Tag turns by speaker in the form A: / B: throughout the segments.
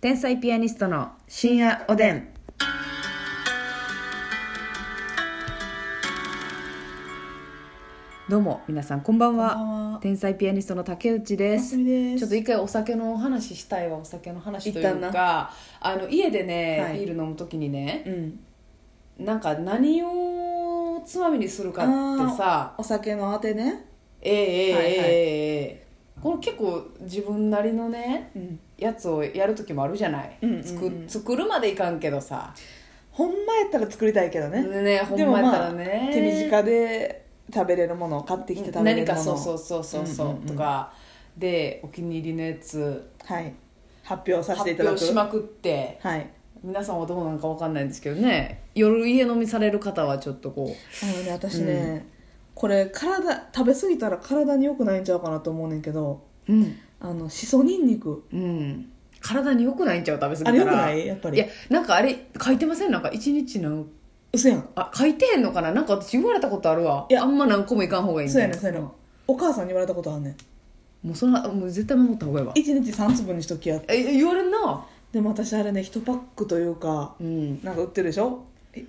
A: 天才ピアニストの深夜おでん。どうも皆さんこんばんは。
B: こんばんは
A: 天才ピアニストの竹内で
B: お
A: す。
B: すみです
A: ちょっと一回お酒のお話したいわお酒の話とい
B: 一
A: う
B: 旦
A: かあの家でね、
B: はい
A: ビール飲む時にね
B: うん
A: なんか何をつまみにするかってさ
B: お酒のあてね
A: ええええ
B: はいはい
A: ええええこの結構自分なりのね
B: うん
A: やつをやる時もあるじゃない、
B: うんうんうん
A: 作作るまでいかんけどさ
B: ほんまやったら作りたいけどね
A: ねほん
B: でも
A: まや
B: ま
A: った
B: あ
A: らね
B: 手短で食べれるものを買ってきて食べれ
A: 何
B: るもの
A: かそうそうそうそうそう,、
B: うんうんうん
A: とかでお気に入りのやつ
B: はい発表させ
A: 発
B: ていただ
A: 表
B: く
A: しまくって
B: はい
A: 皆さんはどうなんかわかんないんですけどね夜家飲みされる方はちょっとこ
B: あのね私ね、これ体食べ過ぎたら体に良くないんちゃうかなと思うねんけど
A: ううん、
B: あのしそにんにく
A: うん、体に良くないんちゃう食べ過ぎたら
B: あれ良くないやっぱり
A: やなんかあれ書いてませんなんか一日の
B: 嘘やん
A: あ書いてへんのかななんか私言われたことあるわ
B: いや
A: あんま何個もいかん方がいいみ
B: そう
A: たい
B: やね
A: なん
B: そうやねんお母さんに言われたことあんねん
A: もうそのもう絶対守った方がいいわ
B: 一日3粒にしときや
A: え言われんな
B: でも私あれね1パックというか
A: うん
B: なんか売ってるでしょい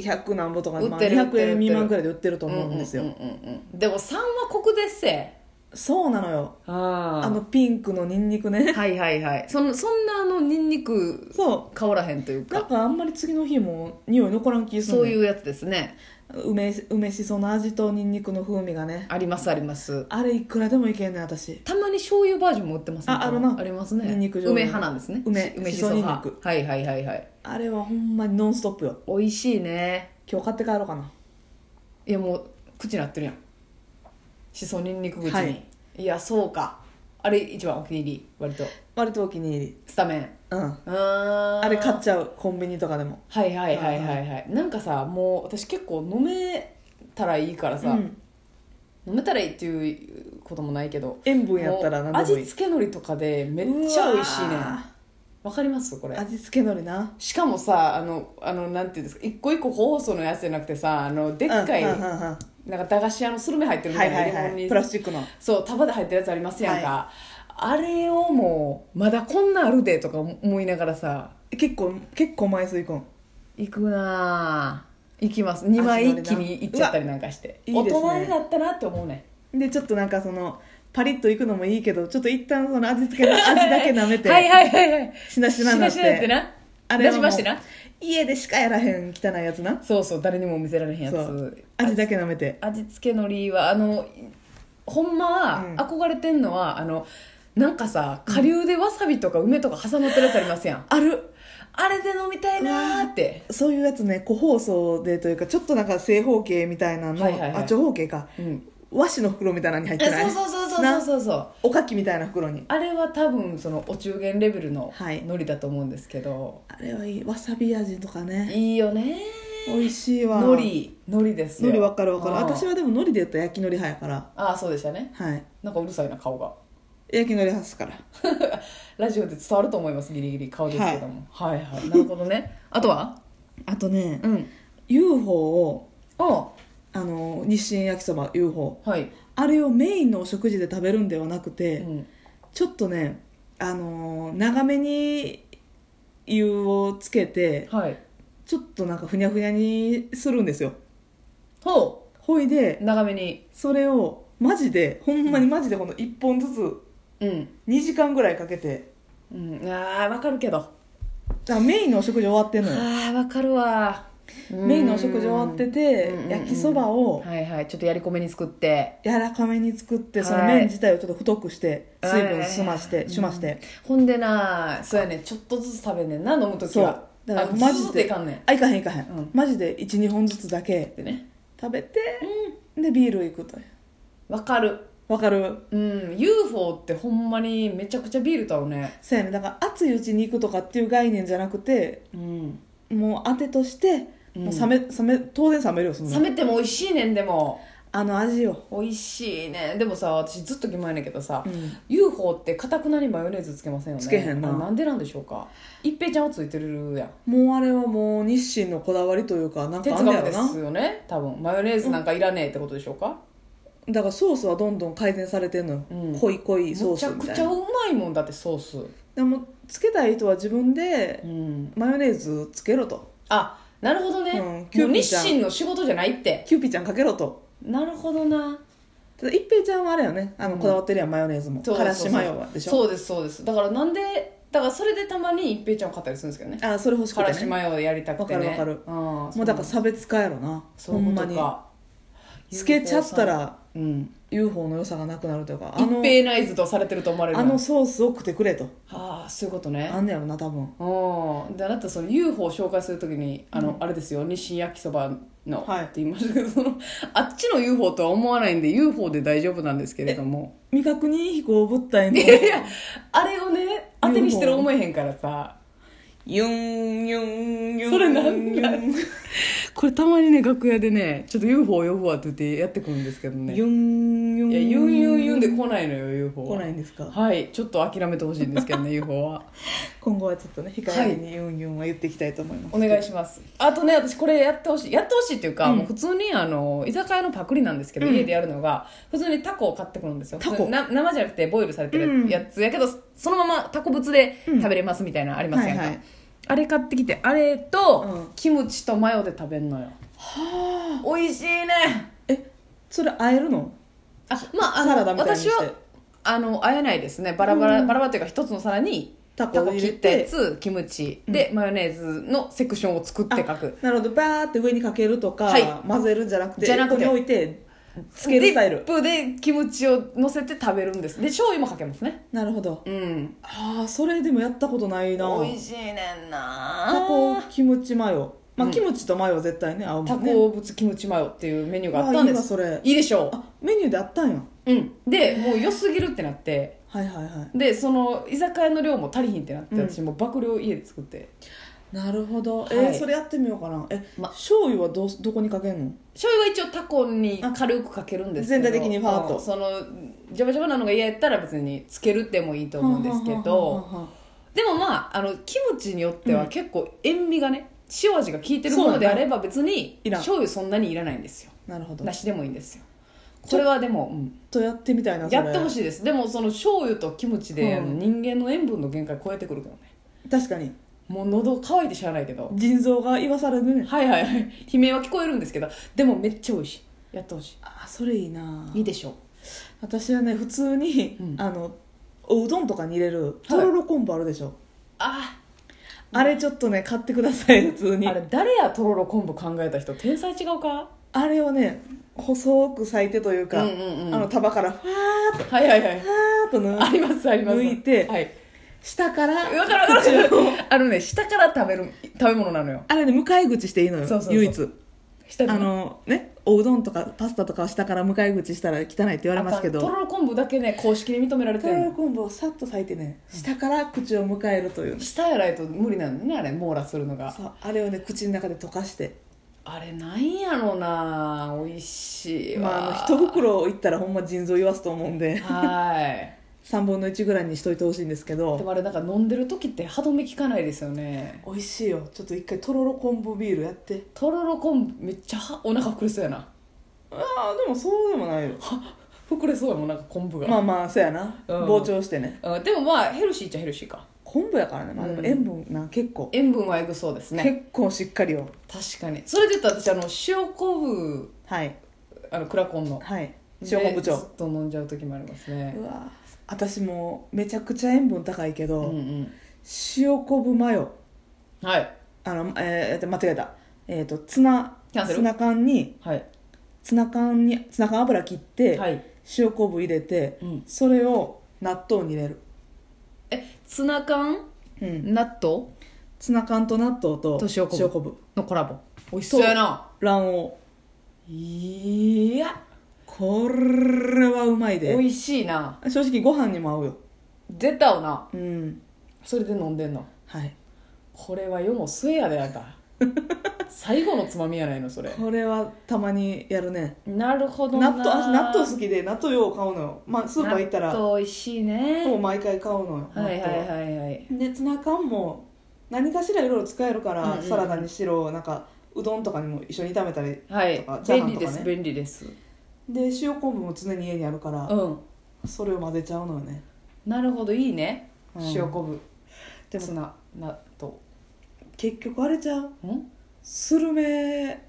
B: 100何ぼとか、ま
A: 売っ
B: あ、
A: てる
B: 200
A: 売ってる
B: 円未満ぐらいで売ってると思うんですよ、
A: うんうんうんうんでも3は酷ですせ
B: そうなのよ
A: あ
B: あのピンクのニンニクね
A: はいはいはいそのそんなあのニンニク
B: そ
A: 変わらへんという
B: うなん
A: か
B: かあんまり次の日も匂い残らん気する
A: そういううやつですね
B: 梅梅しその味とニンニクの風味がね
A: ありますあります
B: あれいくらでもいけんねん私
A: たまに醤油バージョンも売ってます
B: ああるな
A: ありますね
B: ニンニク醤
A: 梅
B: 油
A: 派なんですね
B: 梅
A: 梅し
B: し
A: そ
B: そ
A: 派
B: ニンニ
A: はいはいはいはい
B: あれはほんまにノンストップよ
A: 美味しいね
B: 今日買って帰ろうかない
A: やもう口なってるやんしそにんにく口に、
B: はい
A: い、やそうかあれ一番お気に入り割と
B: 割とお気に入り
A: スタメン
B: うん
A: あ
B: あれ買っちゃうコンビニとかでも
A: はいはいはいはいはいなんかさもう私結構飲めたらいいからさ、
B: うん
A: 飲めたらいいっていうこともないけど
B: 塩分やったら
A: もう
B: 何でもい
A: 味
B: い
A: 付け海苔とかでめっちゃ美味しいねん
B: う
A: わ
B: わ
A: かりますこれ
B: ー味付けのりな
A: しかもさあのあのなんていうんですか一個一個個包装のやつじゃなくてさあのでっかい、
B: うんうんうんうんは
A: なんか駄菓子屋のスルメ入ってる
B: い
A: みた
B: はい
A: な、
B: い
A: 入
B: は
A: れ物
B: い
A: に
B: プラスチックの
A: そう束で入ったやつありますやんか、あれをもうまだこんなんあるでとか思いながらさ
B: 結構結構枚数いくん
A: 行くなぁ行きます2枚一気に行っちゃったりなんかして
B: うわいいですね
A: 大人になったなって思うね
B: でちょっとなんかそのパリッといくのもいいけどちょっと一旦その味 付けの味だけ舐めて
A: はいはいはいはい
B: しなしなになって
A: なってな
B: あれは
A: 出
B: も
A: し
B: う
A: ましてな
B: 家でしかやらへん汚いやつな
A: そうそう誰にも見せられへんや
B: そ
A: つ
B: う味だけ舐めて
A: 味付けのりはあのほんまは
B: うん
A: 憧れてんのは、あのなんかさ下流でわさびとか梅とか挟まってるやつありますやん、
B: ある
A: あれで飲みたいなーって
B: そういうやつね個包装でというかちょっとなんか正方形みたいなの、
A: はいはいはい
B: あ長方形か
A: うん
B: 和紙の袋みたいなのに入ってない
A: えそうそうそうそうそうそう
B: おかきみたいな袋に
A: あれは多分そのお中元レベルの
B: はい
A: 海苔だと思うんですけど、
B: あれはいいわさび味とかね
A: いいよね
B: 美味しいわ
A: 海苔海苔ですよ
B: 海苔わかるわかる
A: うん
B: 私はでも海苔で言ったら焼き海苔派やから
A: ああそうでしたね
B: はい
A: なんかうるさいな顔が
B: 焼き海苔派っすから
A: ラジオで伝わると思いますギリギリ顔ですけども、はい、はいなるほどね あとは
B: あとね、
A: うん
B: UFO を
A: あ
B: あの日清焼きそば UFO
A: はい、
B: あれをメインのお食事で食べるんではなくて、
A: うん、
B: ちょっとねあのー長めに湯をつけて
A: はい
B: ちょっとなんかふにゃふにゃにするんですよ
A: ほ
B: ほいで
A: う長めに
B: それをマジでほんまにマジでこの1本ずつ
A: うん、
B: 2時間ぐらいかけて
A: うん、あーわかるけど
B: だからメインのお食事終わってんのよ
A: あーわかるわ
B: メインのお食事終わってて
A: うんうんうん
B: 焼きそばを
A: はいはいちょっとやりこめに作って
B: 柔らかめに作ってその
A: はい
B: 麺自体をちょっと太くして水分
A: はい
B: 済ましてしまして
A: ほんでなそうやねちょっとずつ食べんねんな飲む時は
B: そうだから
A: あの
B: マジで
A: ずっといかんねんっ
B: あいかへんいかへん、
A: うん
B: マジで12本ずつだけ
A: てね
B: 食べて、でビール行くという
A: わかる
B: わかる
A: うん UFO ってほんまにめちゃくちゃビールと合うね
B: そうやねだから熱いうちに行くとかっていう概念じゃなくて
A: うん
B: もう当てとして、もう冷め冷め当然冷めるよそんな
A: 冷
B: の
A: めても美味しいねんでも
B: あの味よ
A: 美味しいねんでもさ私ずっと疑問やねんけどさ、
B: うん
A: UFO ってかたくなにマヨネーズつけませんよね
B: つけへんな
A: あれなんでなんでしょうか一平ちゃんはついてるやん
B: もうあれはもう日清のこだわりというかなんかあ
A: 哲
B: んだ
A: 学
B: よ
A: で
B: な
A: すよね多分マヨネーズなんかいらねえってことでしょうか、
B: だからソースはどんどん改善されてんのよ、
A: うん
B: 濃い濃い
A: め
B: ソー
A: ちゃ
B: スみ
A: く
B: たい
A: ちゃ
B: な
A: うまいもんだってソース
B: でもつけたい人は自分で
A: うん
B: マヨネーズつけろと
A: あなるほどね、
B: うん
A: もう
B: キューピー
A: 日
B: ちゃん
A: 清の仕事じゃないって
B: キューピーちゃんかけろと
A: なるほどな
B: ただ一平ちゃんはあれよねあのこだわってるやん、マヨネーズも
A: そう
B: からしマヨはでしょ
A: そうですそうですだからなんでだからそれでたまに一平ちゃんを買ったりするんですけどね
B: あそれ欲しく
A: から
B: て
A: し
B: ね
A: マヨやりたくてね
B: わかるわ
A: かるも
B: もうだから差別化やろな
A: そう
B: ほ
A: い
B: ん
A: うこ
B: ま
A: と
B: に
A: か
B: つけちゃったら
A: うん、
B: UFO の良さがなくなるというかあ
A: 一
B: の
A: 平ナイズとされてると思われる
B: あのソースを食ってくれと
A: ああそういうことね
B: あんねやろな多分
A: うんであなたその UFO を紹介するときにあの、あれですよ日清焼きそばの、
B: はい
A: って言いましたけどそのあっちの UFO とは思わないんで UFO で大丈夫なんですけれども
B: 未確認飛行物体の
A: いやいや あれをね当てにしてる
B: UFO
A: 思えへんからさ
B: ユンユンユン
A: それなんだ
B: ユン
A: これたまにね楽屋でねちょっと UFO 呼ぶわって言ってやってくるんですけどね
B: ユンユン
A: いやユンユンユンで来ないのよ UFO
B: 来
A: は
B: ないんですか
A: はいちょっと諦めてほしいんですけどね UFO は
B: 今後はちょっとね控えめにユンユンは言っていきたいと思います
A: お願いしますあとね私これやってほしいやってほしいっていうか、もう普通にあの居酒屋のパクリなんですけど、
B: うん
A: 家でやるのが普通にタコを買ってくるんですよ
B: タコ
A: 普通にな生じゃなくてボイルされて
B: うん
A: るやつやけど、そのままタコぶつで食べれますみたいなのありますやんか、
B: はいはい
A: あれ買ってきてあれと、
B: うん
A: キムチとマヨで食べんのよ
B: はあ
A: 美味しいね
B: えそれ会えるの
A: あまああ
B: サラダ
A: の
B: みたいに
A: 私
B: して
A: はあのあえないですねバラバラ、
B: うん
A: バラバラというか一つの皿に
B: タ
A: タ
B: コを
A: コ
B: 入
A: 切
B: れ
A: ったや
B: て
A: つキムチで、マヨネーズのセクションを作って書く
B: なるほどバーって上にかけるとか、
A: はい
B: 混ぜるんじゃなくて
A: じゃなくて
B: ここに置いてつけるスタイル
A: ディップでキムチを乗せて食べるんですで醤油もかけますね
B: なるほど
A: うん
B: ああそれでもやったことないな
A: 美味しいねんな
B: タコキムチマヨまあ、
A: うん
B: キムチとマヨは絶対ね合うも
A: タ
B: んね
A: コぶつキムチマヨっていうメニューがあった
B: あ
A: ん
B: いい
A: で
B: わ
A: す
B: それ
A: いいでしょ
B: あメニューであったんや
A: ううんでもう良すぎるってなって
B: はいはいは
A: でその居酒屋の量も足りひんってなって、
B: うん
A: 私もう爆量家で作って
B: いなるほど、え
A: は
B: ー
A: い
B: それやってみようかなえ、
A: ま
B: 醤油はどうどこにかけんの
A: 醤油は一応タコに軽くかけるんですけど
B: 全体的にファーッと
A: うんそのジャバジャバなのが嫌やったら別につけるってもいいと思うんですけ
B: は
A: ど
B: あはあはあは
A: でもまああのキムチによっては結構塩味がね、塩味が効いてる
B: そ
A: も
B: うな
A: の
B: んだ
A: であれば別に
B: いらん
A: 醤油そんなにいらないんですよ
B: あなるほど
A: なしでもいいんですよこれはでも、うん
B: とやってみたいなそれ
A: やってほしいですでもその醤油とキムチで、
B: うん
A: あの人間の塩分の限界超えてくるけどね
B: 確かに
A: もう喉乾いてしゃあないけど
B: 腎臓が言わされるね
A: はいはいはい悲鳴は聞こえるんですけどでもめっちゃ美味しいやってほし
B: あそれいいない
A: いいでしょう
B: 私はね普通に、
A: うん
B: あのおうどんとかに入れるとろろ昆布あるでしょ、
A: あ
B: あれちょっとね買ってください普通に
A: あ
B: あ
A: れ
B: れ
A: 誰やとろろ昆布考えた人天才違うか
B: をね細く裂いてというか、
A: うんうんうん
B: あの束からファーッと
A: はいはいはい
B: ファーッと
A: あ
B: ぬ
A: りますあります
B: 抜いて
A: はい
B: 下から
A: わかるわかるあのね下から食べる食べ物なのよ
B: あれね向かい口していいのよ
A: そうそうそう
B: 唯一
A: 下
B: あのねおうどんとかパスタとかは下から向かい口したら汚いって言われますけど
A: あかんとろろ昆布だけね公式で認められて
B: と
A: る
B: ろ
A: の
B: ろ昆布をさっと裂いてね下から口を迎えるというね
A: 下やないと無理なのねあれ網羅するのが
B: そうあれをね口の中で溶かして
A: あれなんやろな美味しいわ、
B: まあ、あの一袋いったらほんま腎臓言わすと思うんで
A: はい
B: 3分の1ぐらいにしといてほしいんですけ
A: で
B: ど
A: もあれなんか飲んでる時って歯止め効かないですよね
B: 美味しいよちょっと一回とろろ昆布ビールやって
A: とろろ昆布めっちゃはお腹膨れそうやな
B: ああでもそうでもないよ
A: は膨れそうやもんなんか昆布が、
B: まあまあそうやな、
A: うん
B: 膨張してね
A: うんでもまあヘルシーっちゃヘルシーか
B: 昆布やからね、まあ、でも
A: うん
B: 塩分な結構、
A: 塩分はえぐそうです ね
B: 結構しっかりよ
A: 確かにそれで言ったら私あの塩昆
B: はい
A: 布あのクラコンの
B: はい塩昆布
A: でず
B: 長
A: っと飲んじゃう時もありますね
B: うわ私もうめちゃくちゃ塩分高いけ
A: う
B: ど、
A: んうん
B: 塩昆布マヨ
A: はい
B: あの、えー間違えたえっ、とツナ
A: キャンセル
B: ツナ缶に
A: はい
B: ツナ缶にツナ缶油切って、
A: はい
B: 塩昆布入れて、
A: うん
B: それを納豆に入れる、
A: えツナ缶
B: うん、
A: 納豆
B: ツナ缶と納豆と
A: と塩昆布
B: 塩昆布
A: のコラボ美味しそうやな
B: 卵
A: いや
B: 黄これはうまい
A: 美
B: で
A: 味しいな
B: 正直ご飯にも合うよ
A: 出たよな
B: うん
A: それで飲んでんの
B: はい
A: これは世も末やであん た最後のつまみやないのそれ
B: これはたまにやるね
A: なるほど
B: 納
A: な
B: 豆私納豆好きで納豆よう買うのよ、まあ、スーパー行ったら
A: 納
B: も
A: 豆美味しいうね
B: 毎回買うのよ納
A: は
B: 豆
A: いはいはいはい
B: でツナ缶も何かしらいろいろ使えるから、
A: うんうん
B: サラダにしろなんかうどんとかにも一緒に炒めたり
A: は
B: とか
A: い
B: チャーハ
A: 便
B: ン
A: 利
B: と
A: で
B: かね
A: す便利です
B: で塩昆布も常に家にあるから、
A: うん
B: それを混ぜちゃうのよね
A: なるほどいいね、
B: うん
A: 塩昆布
B: でも
A: ツナ納豆
B: 結局あれちゃうんスルメ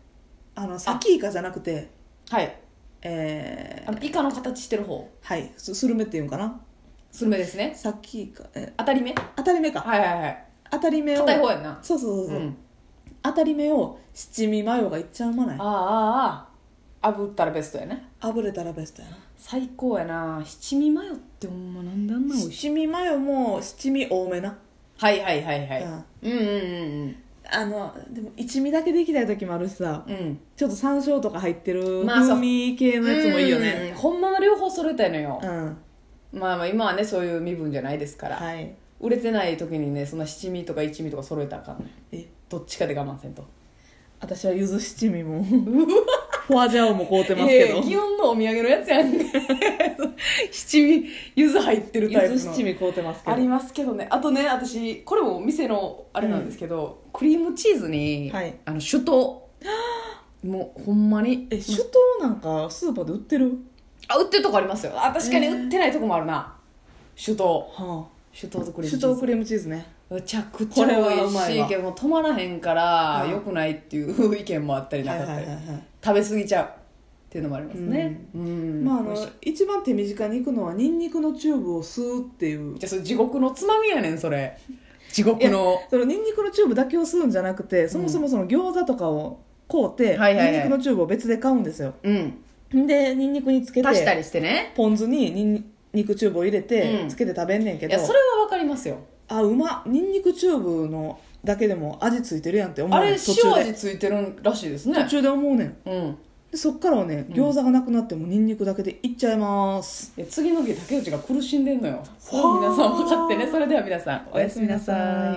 B: あのサキイカじゃなくて
A: はい
B: え
A: あ
B: ー、
A: のイカの形してる方
B: はいススルメっていうんかな
A: スルメですね
B: サキイカえ
A: 当たり目
B: 当たり目か
A: はいはいはい
B: 当たり目を
A: 硬い方やんな
B: そうそうそう
A: う
B: そう、
A: ん
B: 当たり目を七味マヨがいっちゃうまない
A: あああああ炙ったらベストやね
B: 炙れたらベストやな
A: 最高やな七味マヨってほんまなんであんな美味しい
B: 七味マヨも七味多めな、
A: はいはいはいは
B: う
A: い
B: ん
A: うんうんうん
B: あのでも一味だけでいきたい時もあるしさ
A: うん
B: ちょっと山椒とか入ってる
A: まあそう
B: 風味系のやつもいいよね
A: うんほんまの両方揃えたいのよ
B: うん、
A: まあまあ今はねそういう身分じゃないですから
B: はい
A: 売れてない時にねそんな七味とか一味とか揃えたらあかんね
B: え
A: どっちかで我慢せんと
B: 私は柚子七味も フォアジャオも凍ってます
A: い
B: け
A: やい
B: ど
A: や祇園のお土産のやつやん ね七味柚子入ってるタイプ
B: 柚
A: の
B: 子七味凍ってますけ
A: あり
B: ど
A: ますけどねあとね私これも店のあれなんですけど、クリームチーズに、
B: はい
A: あの酒 盗もうほんまに
B: え酒盗なんかスーパーで売ってる
A: あ売ってるとこありますよあ確かに
B: えー
A: 売ってないとこもあるな、酒盗
B: は
A: 酒盗とク
B: あ
A: リーム
B: 酒
A: チー
B: 盗
A: ズ
B: クリームチーズね
A: めちゃくちゃ美味しいけどもう止まらへんから、
B: うん
A: よくないっていう意見もあったりな
B: はい
A: か
B: は
A: っ
B: い
A: た
B: は
A: り、
B: いはい
A: 食べ過ぎちゃうっていうのもありますねうん、
B: まああの
A: 美味しい
B: 一番手短に行くのはニンニクのチューブを吸うっていう
A: じゃあそれ地獄のつまみやねんそれ地獄の
B: そのニンニクのチューブだけを吸うんじゃなくてそもそもその餃子とかを買うて、
A: はいはいはい
B: ニンニクのチューブを別で買うんですよ
A: うん
B: でニンニクにつけ
A: 足した
B: て
A: りしてね
B: ポン酢にニンニクチューブを入れて、
A: うん
B: つけて食べんねんけ
A: い
B: ど
A: やそれはわかりますよ
B: あうまニンニクチューブのだけでも味ついてるやんって思う
A: あ
B: ねん
A: れ
B: 途
A: 塩
B: 中で
A: 味ついてるらしいですね
B: 途中で思うねん
A: うん
B: でそっからはね餃子がなくなってもニンニクだけでいっちゃいます、
A: いや次の日竹内が苦しんでんのよそれは皆さん分かってねそれでは皆さんおやすみなさい